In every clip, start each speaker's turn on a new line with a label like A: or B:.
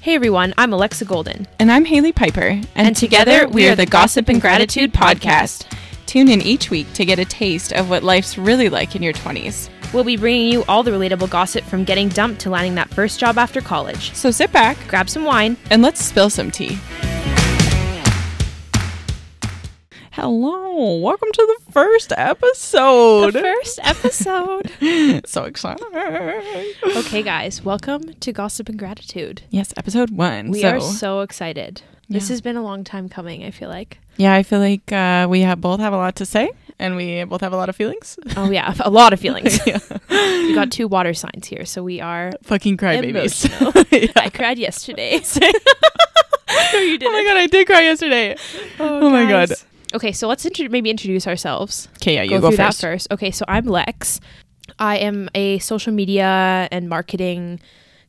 A: Hey everyone, I'm Alexa Golden.
B: And I'm Haley Piper. And,
A: And together, we are the Gossip and Gratitude Podcast.
B: Tune in each week to get a taste of what life's really like in your 20s.
A: We'll be bringing you all the relatable gossip from getting dumped to landing that first job after college.
B: So sit back
A: Grab some wine.
B: and let's spill some tea. Hello, welcome to the first episode.
A: episode.
B: so excited.
A: okay, guys, welcome to Gossip and Gratitude.
B: Yes, episode one.
A: We
B: so,
A: are so excited. This
B: Yeah.
A: has been a long time coming, I feel like.
B: yeah, I feel like uh, we have both have a lot to say and we both have a lot of feelings.
A: Oh, yeah, a lot of feelings. We got two water signs here, so we are.
B: Fucking crybabies.
A: Emotional. I cried yesterday. no, you
B: Oh my
A: didn't.
B: god, I did cry yesterday.
A: Oh,
B: oh my
A: guys.
B: God.
A: Okay, so let's intro- maybe introduce ourselves.
B: Okay, yeah, you
A: go,
B: go,
A: through
B: first.
A: that first. Okay, so I'm Lex. I am a social media and marketing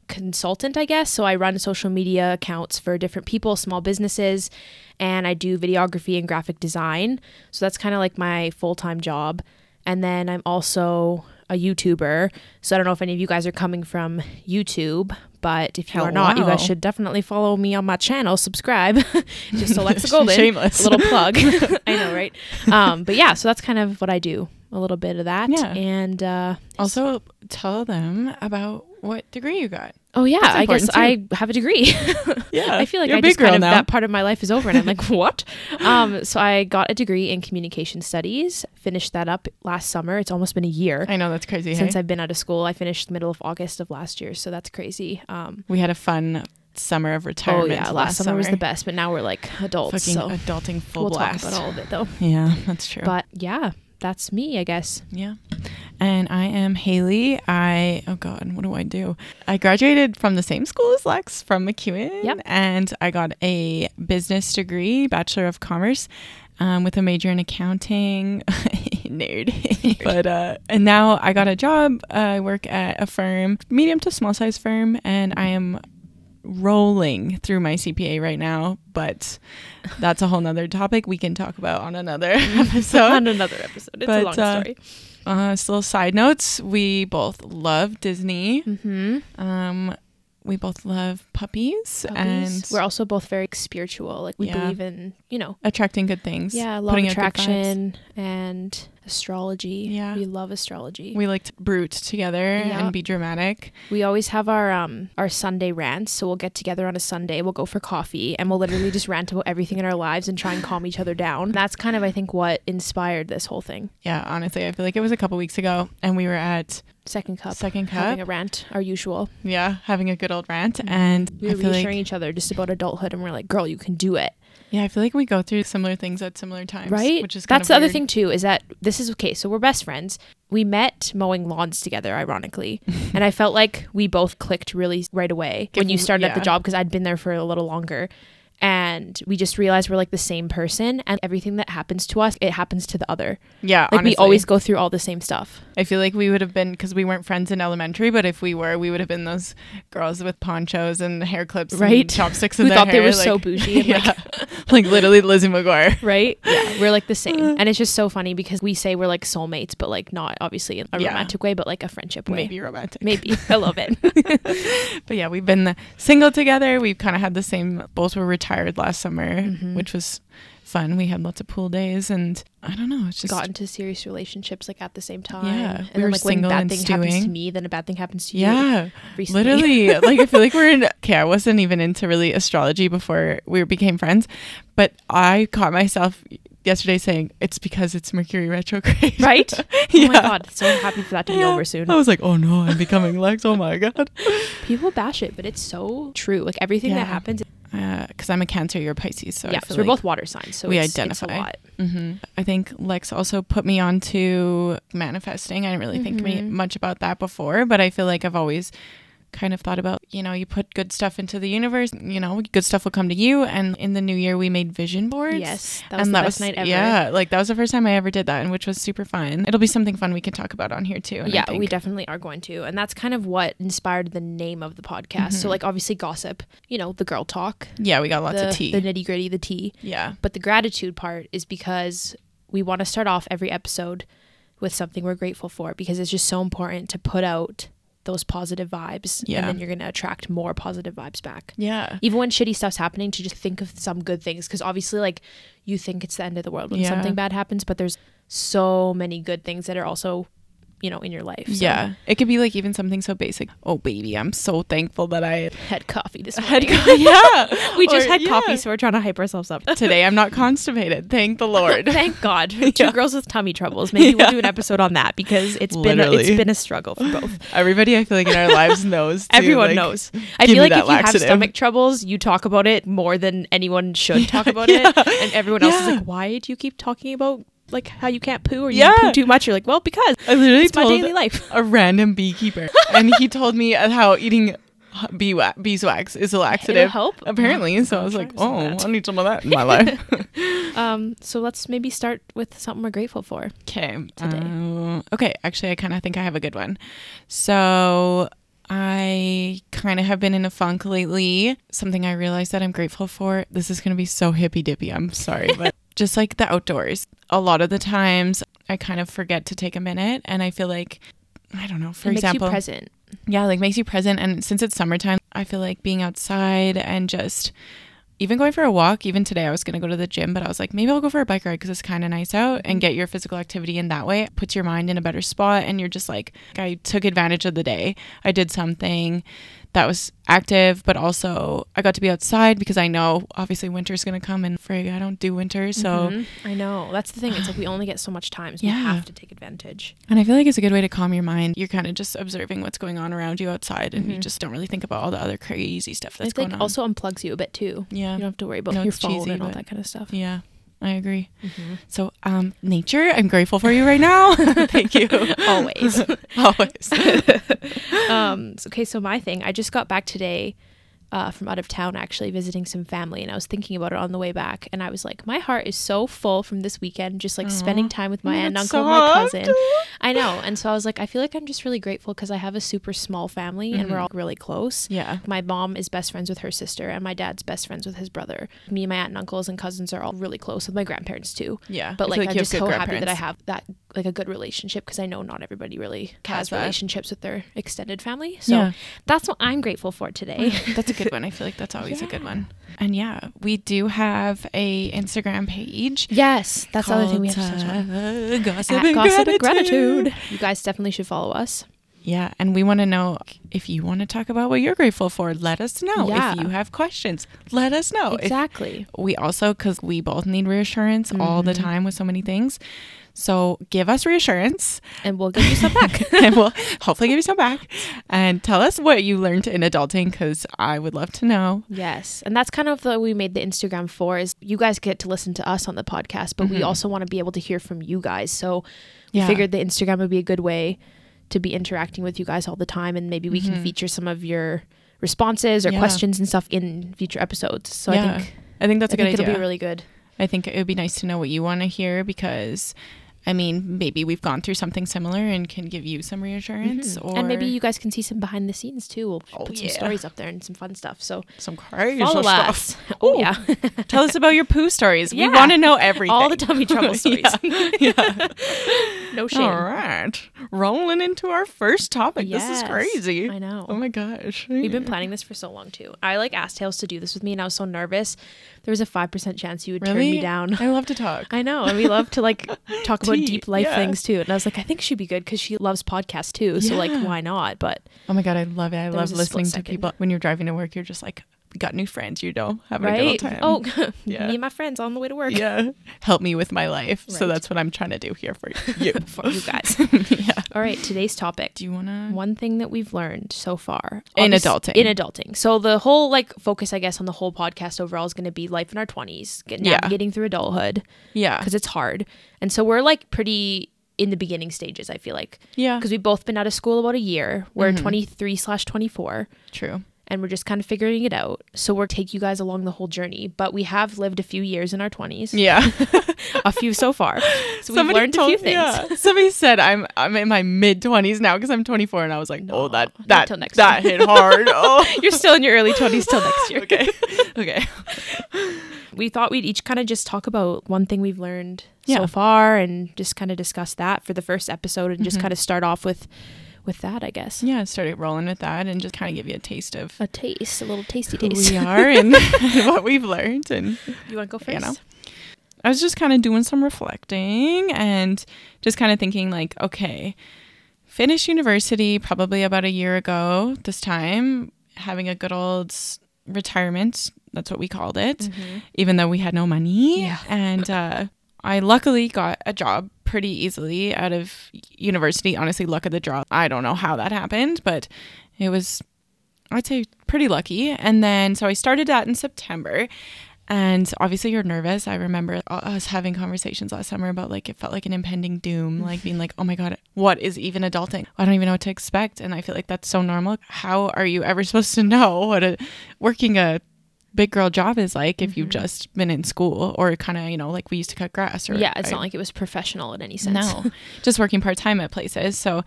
A: consultant, I guess. So I run social media accounts for different people, small businesses, and I do videography and graphic design. So that's kind of like my full time job. And then I'm also a YouTuber. So I don't know if any of you guys are coming from YouTube, but if you
B: Hell,
A: are not, you guys
B: wow.
A: should definitely follow me on my channel, subscribe. Just Alexa Golden.
B: Shameless.
A: A little plug. I know, right? Um, but yeah, so that's kind of what I do. A little bit of that.
B: Yeah.
A: And uh,
B: Also, tell them about what degree you got.
A: oh yeah,
B: That's
A: I guess I
B: important,
A: have a degree.
B: Yeah,
A: I feel like
B: you're
A: I
B: a big
A: just kind
B: girl
A: of
B: now.
A: that part of my life is over and I'm like, what? Um, so I got a degree in communication studies, finished that up last summer. It's almost been a year.
B: I know that's crazy.
A: Since
B: hey?
A: I've been out of school, I finished the middle of August of last year, so that's crazy. Um,
B: we had a fun summer of
A: oh
B: retirement.
A: yeah, last, summer, was the best, but now we're like adults,
B: Fucking
A: so
B: adulting full
A: we'll
B: blast.
A: talk about all of it though.
B: Yeah, that's true.
A: But yeah, that's me, I guess.
B: yeah, and I am Haley. I oh god, what do I do? I graduated from the same school as Lex from McEwen.
A: Yep.
B: and I got a business degree, bachelor of commerce, um, with a major in accounting. Nerd. but uh, and now I got a job. I work at a firm, medium to small size firm, and I am rolling through my CPA right now, but that's a whole nother topic we can talk about on another episode.
A: on another episode. It's a
B: But,
A: long
B: uh,
A: story.
B: Uh, so little side notes, we both love Disney.
A: Mm-hmm.
B: Um, we both love puppies, and
A: We're also both very spiritual. Like we
B: Yeah.
A: believe in, you know,
B: attracting good things.
A: yeah, law of
B: putting out good vibes.
A: attraction and astrology.
B: Yeah.
A: we love astrology. We,
B: We like to brute together
A: Yeah.
B: and be dramatic.
A: always have our um our Sunday rants. So we'll get together on a Sunday. We'll go for coffee and we'll literally just rant about everything in our lives and try and calm each other down. That's kind of I think what inspired this whole thing.
B: Yeah, honestly, I feel like it was a couple weeks ago, and we were at
A: Second cup.
B: Second Cup.
A: Having a rant, our usual.
B: yeah, having a good old rant, and
A: We
B: I
A: were
B: feel
A: reassuring
B: like
A: each other just about adulthood, and we're like, "Girl, you can do it."
B: yeah, I feel like we go through similar things at similar times,
A: right
B: Which is kind
A: that's
B: of
A: the other
B: weird.
A: thing too is that this is okay so we're best friends we met mowing lawns together ironically and i felt like we both clicked really right away when
B: Give-
A: you started at the
B: yeah.
A: job because i'd been there for a little longer and we just realized we're like the same person and everything that happens to us it happens to the other
B: Yeah,
A: like
B: honestly.
A: we always go through all the same stuff
B: I feel like we would have been because we weren't friends in elementary, but if we were, we would have been those girls with ponchos and hair clips,
A: Right.
B: And chopsticks,
A: Who
B: in their
A: thought they
B: hair,
A: were so bougie and, like-
B: yeah, like, literally Lizzie McGuire.
A: right yeah we're like the same and it's just so funny because we say we're like soulmates but like not obviously in a
B: Yeah.
A: romantic way but like a friendship way
B: Maybe romantic,
A: maybe i love it
B: but yeah, we've been single together. We've kind of had the same. Both were retired last summer,
A: Mm-hmm.
B: which was fun. We had lots of pool days, and I don't know. It's just
A: got into serious relationships like at the same time.
B: Yeah,
A: and
B: we
A: then
B: were
A: like when
B: single
A: bad
B: and
A: thing happens to
B: stewing.
A: me, then a bad thing happens to you.
B: yeah.
A: recently.
B: Literally, like I feel like we're in. Okay, I wasn't even into really astrology before we became friends, but I caught myself yesterday saying it's because it's Mercury retrograde.
A: right?
B: yeah.
A: Oh my god, so happy for that to be
B: Yeah.
A: over soon.
B: I was like, oh no, I'm becoming Lex. Oh my god.
A: People bash it, but it's so true. Like everything
B: Yeah.
A: that happens.
B: Because Uh, I'm a Cancer, you're a Pisces, so I
A: yeah,
B: feel
A: so we're
B: like-
A: both water signs, so
B: we
A: it's, It's
B: identify.
A: a lot.
B: hmm I think Lex also put me onto manifesting. I didn't really think me
A: Mhm.
B: much about that before, but I feel like I've always kind of thought about, you know, you put good stuff into the universe, you know, good stuff will come to you. And in the new year, we made vision boards.
A: Yes, that was the best night ever.
B: Yeah, like that was the first time I ever did that, and which was super fun. It'll be something fun we can talk about on here too. and I
A: yeah, we
B: think.
A: definitely are going to, and that's kind of what inspired the name of the podcast. So like obviously gossip, you know, the girl talk,
B: yeah, we got Mm-hmm. lots
A: the,
B: of tea.
A: the nitty gritty, the tea.
B: yeah,
A: But the gratitude part is because we want to start off every episode with something we're grateful for because it's just so important to put out those positive vibes
B: Yeah.
A: and then you're going to attract more positive vibes back.
B: Yeah.
A: Even when shitty stuff's happening to just think of some good things cuz obviously like you think it's the end of the world when
B: Yeah.
A: something bad happens but there's so many good things that are also you know in your life. So
B: Yeah. It could be like even something so basic. Oh, baby, I'm so thankful that I
A: had coffee this
B: had
A: morning.
B: coffee. Yeah.
A: we just
B: Or-
A: had
B: yeah.
A: coffee so we're trying to hype ourselves up.
B: Today I'm not constipated. Thank the Lord.
A: Thank God. Two girls with tummy troubles. Maybe we'll do an episode on that because it's been a, it's
B: Literally.
A: been a struggle for both.
B: Everybody, I feel like in our lives knows. too,
A: Everyone
B: like-
A: knows. I
B: give
A: feel
B: me
A: like if
B: that
A: you have
B: laxative.
A: stomach troubles, you talk about it more than anyone should talk about
B: yeah.
A: it. And everyone else is
B: Yeah.
A: like, why do you keep talking about like how you can't poo or you
B: Yeah.
A: poo too much? You're like, well, because
B: I literally
A: it's my
B: told
A: daily life.
B: a random beekeeper, and he told me how eating h- bee wa- beeswax is a laxative.
A: help.
B: Apparently, so I
A: I'll
B: was
A: try
B: like,
A: some of
B: "Oh,
A: that."
B: I need some of that in my life."
A: Um, so let's maybe start with something we're grateful for.
B: Okay.
A: Today.
B: um, okay. Actually, I kind of think I have a good one. So I kind of have been in a funk lately. Something I realized that I'm grateful for. This is going to be so hippy dippy. I'm sorry, but just like the outdoors, a lot of the times I kind of forget to take a minute, and I feel like I don't know. For
A: it
B: example,
A: makes you present.
B: yeah, like makes you present. And since it's summertime, I feel like being outside and just even going for a walk. Even today, I was going to go to the gym, but I was like, maybe I'll go for a bike ride because it's kind of nice out and get your physical activity in that way. It puts your mind in a better spot. And you're just like, I took advantage of the day. I did something that was active, but also I got to be outside because I know obviously winter's going to come and frig, I don't do winter. So.
A: Mhm. I know. That's the thing. It's like we only get so much time, so we
B: Yeah.
A: have to take advantage.
B: And I feel like it's a good way to calm your mind. You're kind of just observing what's going on around you outside, and you just don't really think about all the other crazy stuff that's
A: It like
B: going on.
A: also unplugs you a bit too.
B: yeah,
A: You don't have to worry about
B: No,
A: your
B: it's
A: phone
B: cheesy,
A: and all
B: but-
A: that kind of stuff.
B: yeah, I agree.
A: Mm-hmm.
B: So, um, nature, I'm grateful for you right now. Thank you.
A: Always.
B: Always.
A: um, so- okay, so my thing, I just got back today uh, from out of town actually visiting some family, and I was thinking about it on the way back, and I was like, my heart is so full from this weekend, just like spending time with my aunt, and
B: That's
A: uncle, and my
B: soft.
A: cousin. I know, and so I was like, I feel like I'm just really grateful because I have a super small family, and
B: Mm-hmm.
A: we're all really close.
B: Yeah.
A: My mom is best friends with her sister, and my dad's best friends with his brother. Me and my aunt and uncles and cousins are all really close with my grandparents too.
B: Yeah. I
A: But
B: feel
A: like,
B: like
A: I'm
B: you have
A: just
B: good
A: so happy that I
B: grandparents.
A: have that like a good relationship because I know not everybody really
B: Has
A: has,
B: that.
A: relationships with their extended family. So
B: Yeah.
A: that's what I'm grateful for today.
B: that's a good one. I feel like that's always a good
A: Yeah.
B: one. And yeah, we do have a Instagram page.
A: yes, that's the other thing we have to touch on.
B: to Gossip,
A: At
B: and
A: Gossip and
B: gratitude.
A: Gratitude. You guys definitely should follow us.
B: Yeah, and we want to know if you want to talk about what you're grateful for. Let us know.
A: Yeah.
B: If you have questions, let us
A: Oh,
B: know. If-
A: exactly.
B: we also, because we both need reassurance all
A: Mm-hmm.
B: the time with so many things. So give us reassurance
A: And we'll give you some back.
B: and we'll hopefully give you some back. And tell us what you learned in adulting because I would love to know.
A: yes. And that's kind of what we made the Instagram for is you guys get to listen to us on the podcast, but we also want to be able to hear from you guys. So
B: Mm-hmm. Yeah.
A: we figured the Instagram would be a good way to be interacting with you guys all the time and maybe we can feature some of your responses or
B: Mm-hmm. Yeah.
A: questions and stuff in future episodes. So I think
B: I think that's
A: I
B: a good
A: think
B: idea.
A: it'll be really good.
B: I think it would be nice to know what you want to hear because. I mean, maybe we've gone through something similar and can give you some reassurance, or
A: Mm-hmm. and maybe you guys can see some behind the scenes too. We'll
B: Oh,
A: put
B: yeah.
A: some stories up there and some fun stuff. So
B: some crazy
A: follow
B: stuff.
A: us. Oh
B: Ooh.
A: yeah,
B: Tell us about your poo stories.
A: Yeah.
B: We want to know everything.
A: all the tummy trouble stories. no shame.
B: All right. Rolling into our first topic. This is
A: Yes,
B: crazy.
A: I know.
B: Oh my gosh.
A: We've been planning this for so long too. I like asked Tails to do this with me, and I was so nervous. There was a five percent chance you would turn me down.
B: I love to talk.
A: I know, and we love to like talk about
B: Tea,
A: deep life
B: yeah.
A: things too. And I was like, I think she'd be good because she loves podcasts too. So like,
B: Yeah.
A: why not? But
B: Oh my god, I love it. I love
A: was a split
B: listening to
A: second.
B: people when you're driving to work. You're just like, we got new friends. You know, having a good old
A: right?
B: time.
A: Oh,
B: Yeah.
A: me and my friends on the way to work.
B: yeah. Help me with my life. So
A: Right.
B: that's what I'm trying to do here for you.
A: For you guys.
B: yeah.
A: All right, today's topic.
B: Do you wanna?
A: one thing that we've learned so far
B: In
A: Obvious-
B: adulting.
A: in adulting so the whole like focus i guess on the whole podcast overall is going to be life in our 20s get,
B: Yeah.
A: navigating through adulthood
B: Yeah.
A: because it's hard and so we're like pretty in the beginning stages i feel like
B: Yeah.
A: because we've both been out of school about a year we're 23 slash 24
B: True.
A: and we're just kind of figuring it out so we'll take you guys along the whole journey but we have lived a few years in our 20s
B: Yeah.
A: a few so far so we've learned a few things
B: yeah. Somebody said I'm I'm in my mid twenties now because I'm 24, and I was like, oh, that
A: not
B: that
A: till next
B: that hit hard. Oh,
A: you're still in your early 20s till next year
B: okay, okay.
A: we thought we'd each kind of just talk about one thing we've learned
B: Yeah.
A: Mm-hmm. so far and just kind of discuss that for the first episode and just kind of start off with with that, I guess.
B: Yeah, started rolling with that and just kind of give you a taste of
A: A taste, a little tasty
B: who
A: taste.
B: we are and what we've learned. And
A: You want to go first?
B: You know. I was just kind of doing some reflecting and just kind of thinking, like, okay, finished university probably about a year ago this time, having a good old s- retirement. That's what we called it,
A: Mm-hmm.
B: even though we had no money.
A: Yeah.
B: And uh, I luckily got a job pretty easily out of university. Honestly, luck of the draw. I don't know how that happened, but it was I'd say pretty lucky. And then so I started that in September. And obviously, you're nervous. I remember us having conversations last summer about like it felt like an impending
A: Mm.
B: doom, like being like, oh my God, what is even adulting? I don't even know what to expect. And I feel like that's so normal. How are you ever supposed to know what a working a big girl job is like if you've
A: Mm-hmm.
B: just been in school or kind of, you know, like we used to cut grass or
A: Yeah, it's
B: I-
A: not like it was professional in any sense.
B: no, just working part time at places. So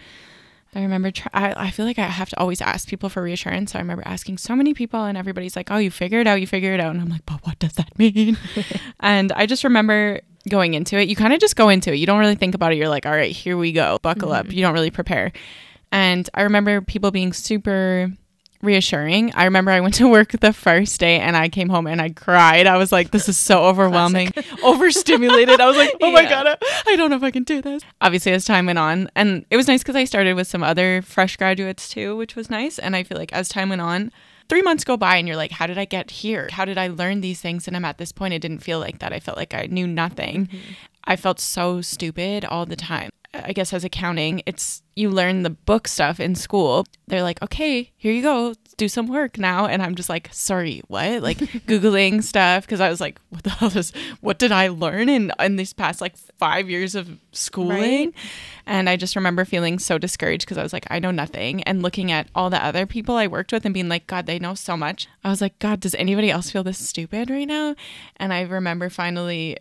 B: I remember, try- I, I feel like I have to always ask people for reassurance. So I remember asking so many people, and everybody's like, oh, you figure it out, you figure it out. And I'm like, but what does that mean? and I just remember going into it. You kind of just go into it. You don't really think about it. You're like, all right, here we go, buckle up. You don't really prepare. And I remember people being super reassuring. I remember I went to work the first day and I came home and I cried. I was like, this is so overwhelming, overstimulated. I was like, oh my
A: Yeah.
B: God, I- I don't know if I can do this. Obviously, as time went on, and it was nice because I started with some other fresh graduates too, which was nice. And I feel like as time went on, three months go by and you're like, how did I get here? How did I learn these things? And I'm at this point, it didn't feel like that. I felt like I knew nothing. I felt so stupid all the time. I guess as accounting, it's you learn the book stuff in school. They're like, okay, here you go, do some work now. And I'm just like, sorry, what? Like Googling stuff because I was like, what the hell is, what did I learn in, in these past like five years of schooling? And I just remember feeling so discouraged because I was like, I know nothing. And looking at all the other people I worked with and being like, God, they know so much. I was like, God, does anybody else feel this stupid right now? And I remember finally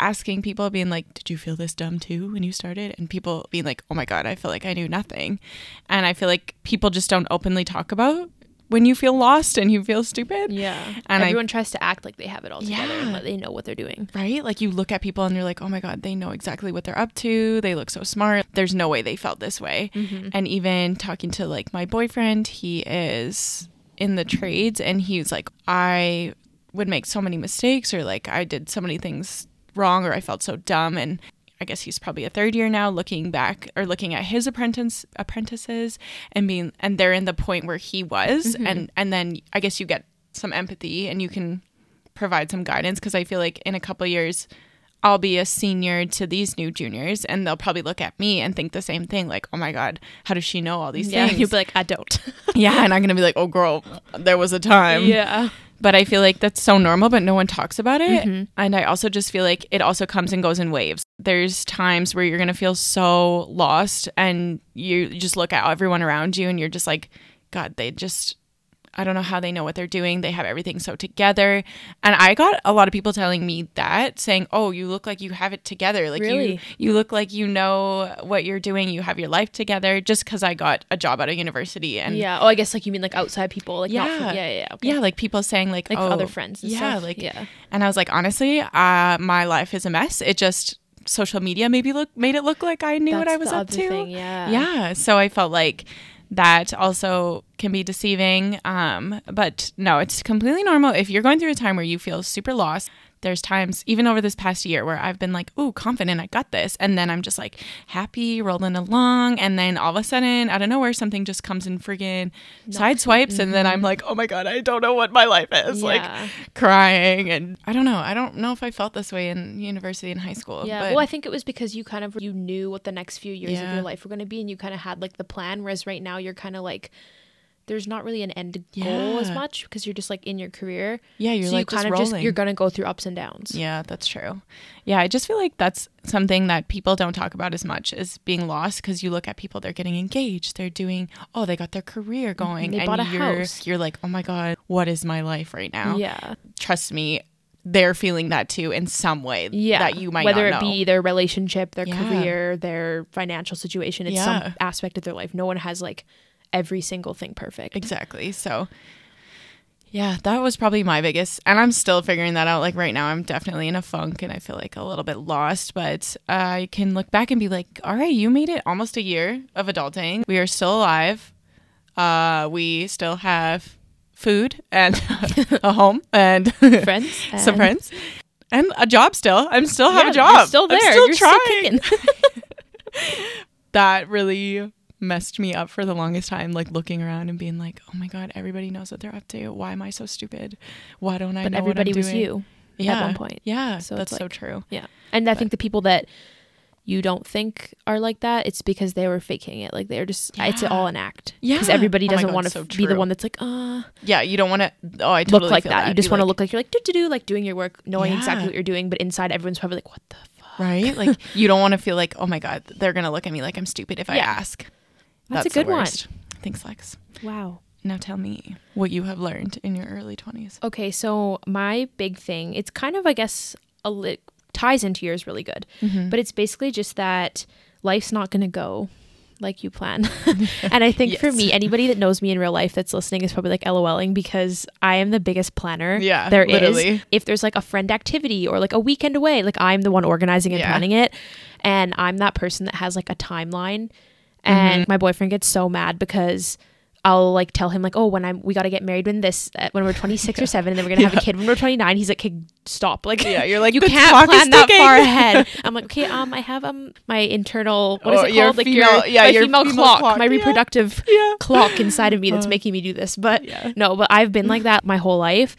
B: asking people being like did you feel this dumb too when you started and people being like oh my god i feel like i knew nothing and i feel like people just don't openly talk about when you feel lost and you feel stupid
A: Yeah.
B: And I-
A: Everyone tries to act like they have it all together
B: Yeah.
A: and that they know what they're doing.
B: right like you look at people and you're like oh my god they know exactly what they're up to they look so smart there's no way they felt this way and even talking to like my boyfriend he is in the trades and he's like i would make so many mistakes or like i did so many things wrong or i felt so dumb and I guess he's probably a third year now looking back or looking at his apprentice apprentices and being and they're in the point where he was and and then I guess you get some empathy and you can provide some guidance because I feel like in a couple of years I'll be a senior to these new juniors and they'll probably look at me and think the same thing like oh my god how does she know all these
A: Yeah.
B: things
A: You'll be like, I don't. Um,
B: yeah and I'm going to be like oh girl there was a time
A: yeah.
B: but I feel like that's so normal, but no one talks about it.
A: Mm-hmm.
B: And I also just feel like it also comes and goes in waves. There's times where you're going to feel so lost and you just look at everyone around you and you're just like, God, they just, I don't know how they know what they're doing. They have everything so together. And I got a lot of people telling me that, saying, Oh, you look like you have it together. Like you,
A: Really?
B: you look like you know what you're doing. You have your life together just because I got a job out of university. And
A: Yeah. Oh, I guess like you mean like outside people. Like, Not
B: Yeah.
A: from, yeah. Yeah. Yeah. okay.
B: yeah, like people saying like,
A: Like
B: oh,
A: other friends and
B: yeah,
A: stuff.
B: like
A: Yeah.
B: And I was like, honestly, uh, my life is a mess. It just social media maybe look made it look like I knew what
A: That's
B: I was
A: the
B: up
A: other
B: to.
A: thing, yeah.
B: yeah. So I felt like that also can be deceiving. Um, but no, it's completely normal if you're going through a time where you feel super lost. There's times, even over this past year, where I've been like, ooh, confident, I got this. And then I'm just like happy, rolling along. And then all of a sudden, out of nowhere, something just comes and friggin' sideswipes. And then I'm like, oh my God, I don't know what my life is.
A: Mm-hmm. Yeah.
B: Like, crying and I don't know. I don't know if I felt this way in university and high school.
A: Yeah.
B: oh, But
A: well, I think it was because you kind of you knew what the next few years
B: Yeah.
A: of your life were going to be, and you kind of had like the plan. Whereas right now, you're kind of like, there's not really an end goal as
B: Yeah.
A: much because you're just like in your career.
B: Yeah, you're,
A: so
B: like,
A: you
B: just
A: kind of just
B: rolling.
A: you're going to go through ups and downs.
B: yeah, that's true. Yeah, I just feel like that's something that people don't talk about as much as being lost because you look at people, they're getting engaged, they're doing, oh, they got their career going,
A: Mm-hmm. They
B: and
A: bought a
B: you're
A: house.
B: you're like, oh my god, what is my life right now?
A: Yeah.
B: trust me, they're feeling that too in some way.
A: Yeah.
B: that you might
A: whether
B: not
A: it
B: know.
A: be their relationship, their
B: Yeah.
A: career, their financial situation, it's
B: Yeah.
A: some aspect of their life. No one has like every single thing perfect.
B: Exactly. So Yeah, that was probably my biggest, and I'm still figuring that out. Like right now, I'm definitely in a funk, and I feel like a little bit lost. But I can look back and be like, "All right, you made it almost a year of adulting. We are still alive. Uh, we still have food and a home and
A: Friends
B: some
A: and-
B: friends, and a job. Still, I'm still have
A: Yeah,
B: a job.
A: You're still
B: I'm
A: there.
B: still
A: you're
B: trying.
A: still kicking.
B: that really messed me up for the longest time like looking around and being like oh my god everybody knows what they're up to why am i so stupid why don't i
A: but
B: know
A: everybody
B: what I'm
A: was
B: doing?
A: you at one point.
B: yeah
A: So
B: that's
A: it's
B: so
A: like-
B: true
A: Yeah. And I think the people that you don't think are like that, it's because they were faking it. Like they're just, it's
B: Yeah.
A: all an act. Because
B: Yeah.
A: everybody
B: Oh my
A: doesn't
B: God,
A: want to
B: so
A: be the
B: true.
A: one that's like, uh,
B: yeah you don't want to oh i totally
A: look like
B: feel
A: that. You just
B: Be
A: want to
B: like,
A: look like you're like, do, do, do, like doing your work, knowing
B: Yeah.
A: exactly what you're doing. But inside, everyone's probably like, what the fuck?
B: right like you don't want to feel like oh my god they're gonna look at me like i'm stupid if i
A: Yeah.
B: ask
A: That's a
B: the
A: good one.
B: worst. thanks lex
A: Wow.
B: now tell me what you have learned in your early 20s
A: Okay, so my big thing, it's kind of, I guess, a li- ties into yours really good, Mm-hmm. but it's basically just that life's not going to go like you plan. and I think for
B: Yes.
A: me, anybody that knows me in real life that's listening is probably like LOLing because I am the biggest planner
B: Yeah,
A: there is.
B: literally.
A: If there's like a friend activity or like a weekend away, like I'm the one organizing and
B: Yeah.
A: planning it. And I'm that person that has like a timeline.
B: Mm-hmm.
A: And my boyfriend gets so mad because I'll like tell him like, oh, when I'm we got to get married when this uh, when we're 26 or seven, and then we're gonna have a kid when we're 29. He's like, okay, stop. Like,
B: Yeah, you're like,
A: you
B: "The
A: can't
B: clock is
A: plan that
B: ticking."
A: far ahead. I'm like, okay, um, I have um my internal what is
B: Or
A: it
B: Oh, your
A: called?
B: female-
A: like your
B: yeah,
A: my
B: your
A: female,
B: female
A: clock,
B: clock,
A: my
B: yeah.
A: reproductive
B: Yeah.
A: clock inside of me that's making me do this. But
B: Uh, yeah. Mm-hmm.
A: no, but I've been like that my whole life,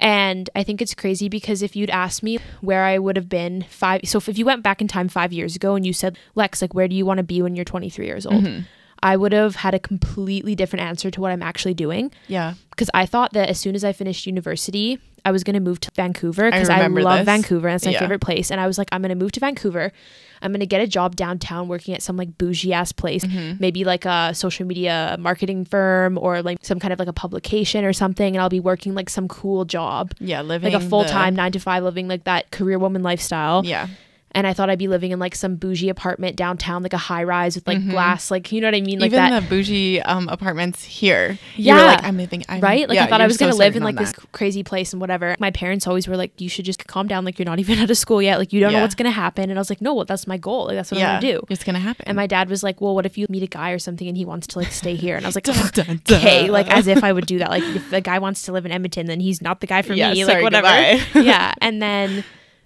A: and I think it's crazy because if you'd asked me where I would have been five, so if, if you went back in time five years ago and you said, Lex, like where do you want to be when you're 23 years old?
B: Mm-hmm.
A: I would have had a completely different answer to what I'm actually doing
B: yeah
A: because I thought that as soon as I finished university, I was going to move to Vancouver
B: I
A: because I,
B: remember
A: love
B: this.
A: Vancouver and it's my
B: Yeah.
A: favorite place. And I was like, I'm going to move to Vancouver. I'm going to get a job downtown working at some like bougie ass place,
B: Mm-hmm.
A: maybe like a social media marketing firm or like some kind of like a publication or something. And I'll be working like some cool job,
B: yeah living
A: like a
B: the-
A: full time nine to five, living like that career woman lifestyle.
B: yeah
A: And I thought I'd be living in like some bougie apartment downtown, like a high rise with like glass, like, you know what I mean? Like
B: Mm-hmm. even
A: that.
B: the bougie um, apartments here. you were
A: Yeah.
B: like I'm living. I'm,
A: right? Like
B: yeah,
A: I thought I
B: you're
A: was
B: so
A: gonna live
B: certain
A: in
B: on
A: like this
B: that.
A: c- crazy place and whatever. My parents always were like, "You should just calm down. Like you're not even out of school yet. Like you don't know
B: Yeah.
A: what's gonna happen." And I was like, "No, well, that's my goal. Like that's what
B: Yeah,
A: I'm gonna do."
B: It's gonna happen.
A: And my dad was like, "Well, what if you meet a guy or something and he wants to like stay here?" And I was like,
B: Dun, dun, dun.
A: "Okay," like as if I would do that. Like if the guy wants to live in Edmonton, then he's not the guy for
B: Yeah,
A: me.
B: sorry,
A: like whatever.
B: goodbye.
A: yeah. And then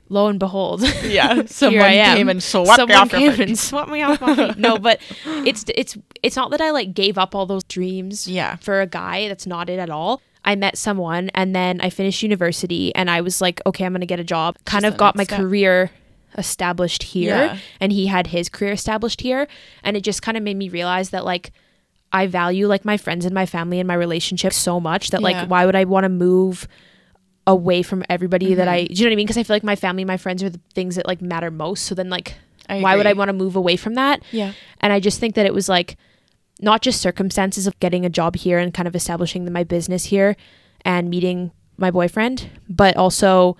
A: lo and behold,
B: yeah, someone
A: here I am.
B: came and swept
A: Someone
B: me off your
A: came
B: feet.
A: and swept me off my feet. No, but it's it's it's not that I like gave up all those dreams.
B: Yeah.
A: For a guy, that's not it at all. I met someone, and then I finished university, and I was like, okay, I'm gonna get a job. Kind
B: just
A: of
B: the
A: got my
B: next step.
A: career established here,
B: Yeah.
A: and he had his career established here, and it just kind of made me realize that like. I value like my friends and my family and my relationship so much that
B: Yeah.
A: like why would I want to move away from everybody that
B: Mm-hmm.
A: I, do you know what I mean? Because I feel like my family, my friends are the things that like matter most. So then, like,
B: I
A: why would
B: agree.
A: I want to move away from that?
B: Yeah.
A: And I just think that it was like not just circumstances of getting a job here and kind of establishing my business here and meeting my boyfriend, but also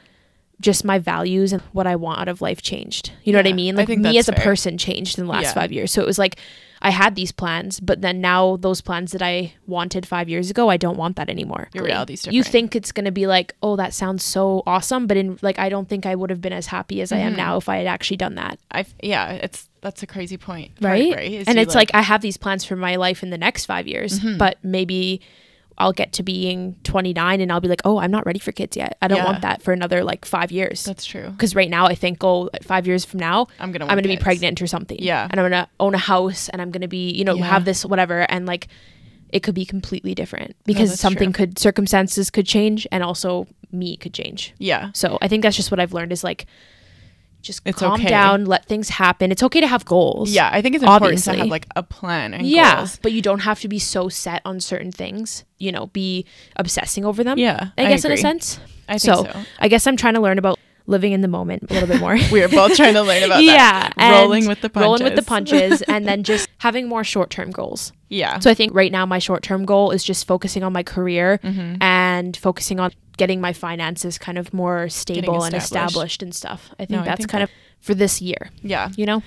A: just my values and what I want out of life changed. You know what I
B: Yeah,
A: mean?
B: I
A: Like
B: think
A: me as
B: that's
A: a
B: fair.
A: person changed in the last
B: Yeah.
A: five years. So it was like I had these plans, but then now those plans that I wanted five years ago, I don't want that anymore.
B: Your reality's
A: You
B: different.
A: think it's gonna be like, oh, that sounds so awesome, but in like I don't think I would have been as happy as I
B: Mm-hmm.
A: am now if I had actually done that
B: I f- yeah, it's that's a crazy point, part,
A: right?
B: right? Is Mm-hmm.
A: and
B: you,
A: it's like, I have these plans for my life in the next five years, but maybe I'll get to being 29 and I'll be like, oh, I'm not ready for kids yet. I don't
B: Yeah.
A: want that for another like five years.
B: that's true.
A: Because right now I think, oh, five years from now,
B: I'm gonna
A: I'm
B: want
A: gonna be
B: kids.
A: pregnant or something.
B: Yeah.
A: and I'm gonna own a house and I'm gonna be, you know,
B: Yeah.
A: have this whatever and like. It could be completely different because
B: that's
A: something
B: true.
A: could circumstances could change and also me could change.
B: Yeah,
A: So I think that's just what I've learned is like just
B: It's
A: calm
B: okay.
A: down, let things happen. It's okay to have goals.
B: yeah. I think it's important to have
A: obviously.
B: like a plan and
A: Yeah,
B: goals.
A: but you don't have to be so set on certain things. You know, be obsessing over them.
B: Yeah,
A: Um, I,
B: I
A: guess in a
B: agree.
A: sense.
B: I think so.
A: I guess I'm trying to learn about living in the moment a little bit more.
B: We are both trying to learn about
A: yeah,
B: that. rolling
A: and
B: with the punches.
A: rolling with the punches, and then just having more short-term goals.
B: Yeah,
A: So I think right now my short-term goal is just focusing on my career
B: Mm-hmm.
A: and focusing on getting my finances kind of more stable and
B: established.
A: established and stuff. I think
B: I
A: that's
B: think
A: kind of for this year.
B: yeah.
A: You know,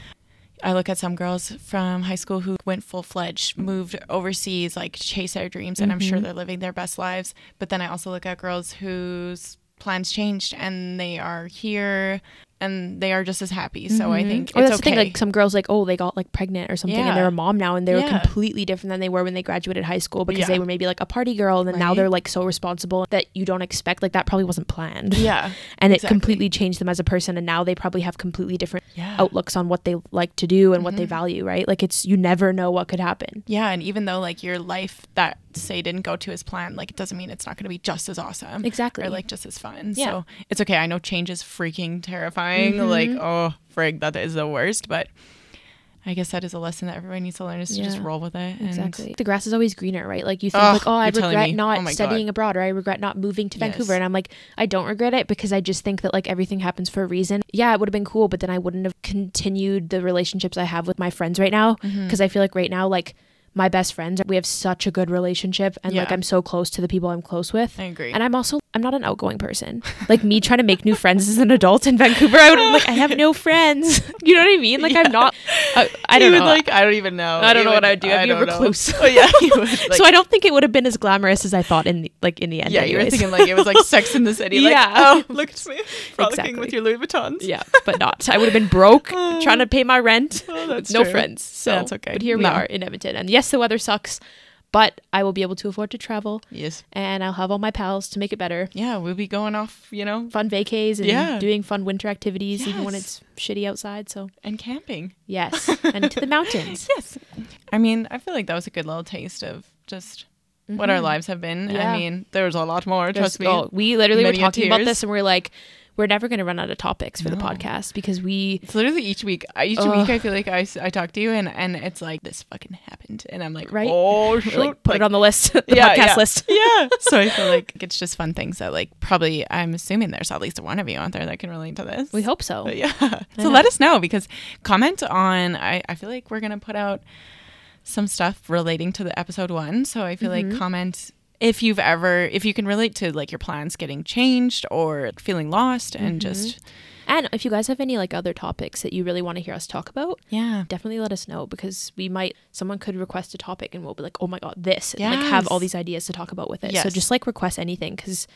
B: I look at some girls from high school who went full fledged, moved overseas, like chase their dreams, and I'm
A: Mm-hmm.
B: sure they're living their best lives. But then I also look at girls whose plans changed and they are here and they are just as happy. So I think
A: Or
B: it's
A: Mm-hmm. that's the
B: okay.
A: thing. Like some girls, like oh, they got like pregnant or something,
B: Yeah.
A: and they're a mom now, and they're
B: Yeah.
A: completely different than they were when they graduated high school because
B: Yeah.
A: they were maybe like a party girl, and then now
B: Right.
A: they're like so responsible that you don't expect. Like that probably wasn't planned.
B: yeah.
A: and it
B: exactly.
A: completely changed them as a person, and now they probably have completely different
B: Yeah. Mm-hmm.
A: outlooks on what they like to do and what they value. Right? Like it's you never know what could happen.
B: Yeah, and even though like your life that say didn't go to his plan, like it doesn't mean it's not going to be just as awesome,
A: Exactly.
B: or like just as fun.
A: Yeah. Mm-hmm.
B: So it's okay. I know change is freaking terrifying. Like oh frig, that is the worst. But I guess that is a lesson that everyone needs to learn is to just
A: Yeah.
B: roll with it. And
A: Exactly. The grass is always greener, right? Like you think
B: Ugh,
A: like, oh, I
B: you're telling
A: regret
B: me.
A: not
B: Oh my
A: studying abroad or I regret not moving to Vancouver.
B: Yes.
A: And I'm like, I don't regret it because I just think that like everything happens for a reason. Yeah, it would have been cool, but then I wouldn't have continued the relationships I have with my friends right now because
B: Mm-hmm.
A: I feel like right now like my best friends, we have such a good relationship and like
B: Yeah.
A: I'm so close to the people I'm close with.
B: I agree.
A: And I'm also I'm not an outgoing person. Like me trying to make new friends as an adult in Vancouver, I would, I'm like I have no friends. You know what I mean? Like I'm not. I, I don't
B: You would,
A: know.
B: like I don't even know.
A: I don't
B: You
A: know what I would do. I'd be a
B: don't know.
A: recluse.
B: Oh yeah. you would, like-
A: so I don't think it would have been as glamorous as I thought in the, like in the end.
B: yeah, you were
A: anyways.
B: thinking like it was like Sex in the City. Like,
A: Yeah.
B: Oh, look at me frolicking with
A: Exactly.
B: your Louis Vuittons.
A: yeah, but not. I would have been broke trying to pay my rent.
B: Oh, Mm. that's
A: no
B: true.
A: friends. So
B: That's okay.
A: But here we
B: No.
A: are in Edmonton, and yes, the weather sucks, but I will be able to afford to travel,
B: Yes.
A: and I'll have all my pals to make it better.
B: Yeah, we'll be going off. You know,
A: Fun vacays and
B: Yeah.
A: doing fun winter activities, even when
B: Yes.
A: it's shitty outside. So
B: and camping.
A: yes, and to the mountains.
B: Yes. I mean, I feel like that was a good little taste of just what our lives have been.
A: Mm-hmm. Yeah.
B: I mean, there was a lot more,
A: There's-
B: trust me.
A: oh, we literally were
B: Many a
A: talking about
B: tears.
A: this, and we are like, we're never going to run out of topics for the podcast because we
B: It's literally each week. I- Each
A: Ugh.
B: week, I feel like I, s- I talk to you, and, and it's like, this fucking happened. And I'm like,
A: Right?
B: oh, shoot.
A: like put it on the list, the
B: yeah,
A: podcast
B: yeah.
A: list.
B: yeah. So I feel like it's just fun things that, like, probably, I'm assuming there's at least one of you out there that can relate to this.
A: We hope so.
B: But yeah. So let us Oh. know because comment on. I, I feel like we're gonna put out some stuff relating to the episode one. So I feel like comment if you've ever if you can relate to like your plans getting changed or feeling lost and just
A: And if you guys have any like other topics that you really want to hear us talk about,
B: yeah
A: definitely let us know because we might someone could request a topic and we'll be like, "Oh my god, this." And like have all
B: Yes.
A: these ideas to talk about with it. So
B: Yes.
A: just like request anything cuz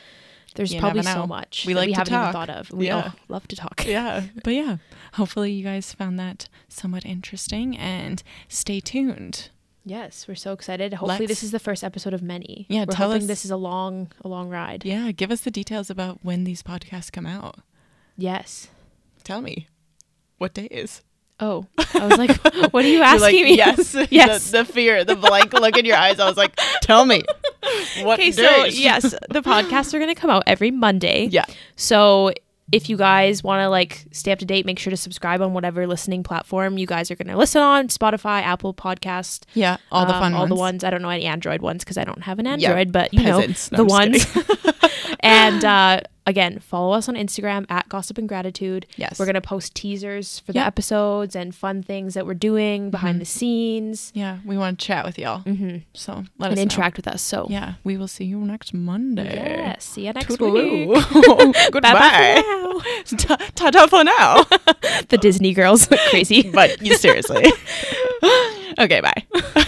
A: there's
B: You
A: probably
B: never
A: so
B: know.
A: much
B: We
A: that
B: like
A: we
B: to
A: haven't even
B: talk.
A: thought of. We
B: Yeah.
A: all love to talk.
B: yeah but yeah hopefully you guys found that somewhat interesting and stay tuned
A: Yes, we're so excited. Hopefully this
B: Let's-
A: is the first episode of many.
B: Yeah,
A: we're
B: tell
A: hoping
B: us-
A: this is a long a long ride.
B: yeah give us the details about when these podcasts come out
A: Yes.
B: tell me what day is
A: Oh, I was like, "What are you asking
B: You're like,
A: me?"
B: Yes,
A: Yes.
B: The, the fear, the blank look in your eyes. I was like, tell me. What
A: Okay, so
B: days?
A: yes, the podcasts are going to come out every Monday.
B: Yeah.
A: So if you guys want to like stay up to date, make sure to subscribe on whatever listening platform you guys are going to listen on Spotify, Apple Podcast,
B: Yeah, all the
A: um,
B: fun
A: all
B: ones.
A: the ones. I don't know any Android ones because I don't have an
B: Yeah,
A: Android, but you
B: peasants.
A: know
B: No,
A: the
B: I'm
A: ones.
B: just
A: and uh, again, follow us on Instagram at Gossip and Gratitude.
B: Yes.
A: we're going to post teasers for
B: Yeah. Mm-hmm.
A: the episodes and fun things that we're doing behind the scenes
B: Yeah, we want to chat with y'all. So let
A: and
B: us
A: interact with us. So
B: Know. Yeah, we will see you next Monday.
A: yeah, see you next week.
B: Toodaloo. Goodbye. Ta ta for now.
A: the Disney girls. Crazy.
B: but you seriously. okay, bye.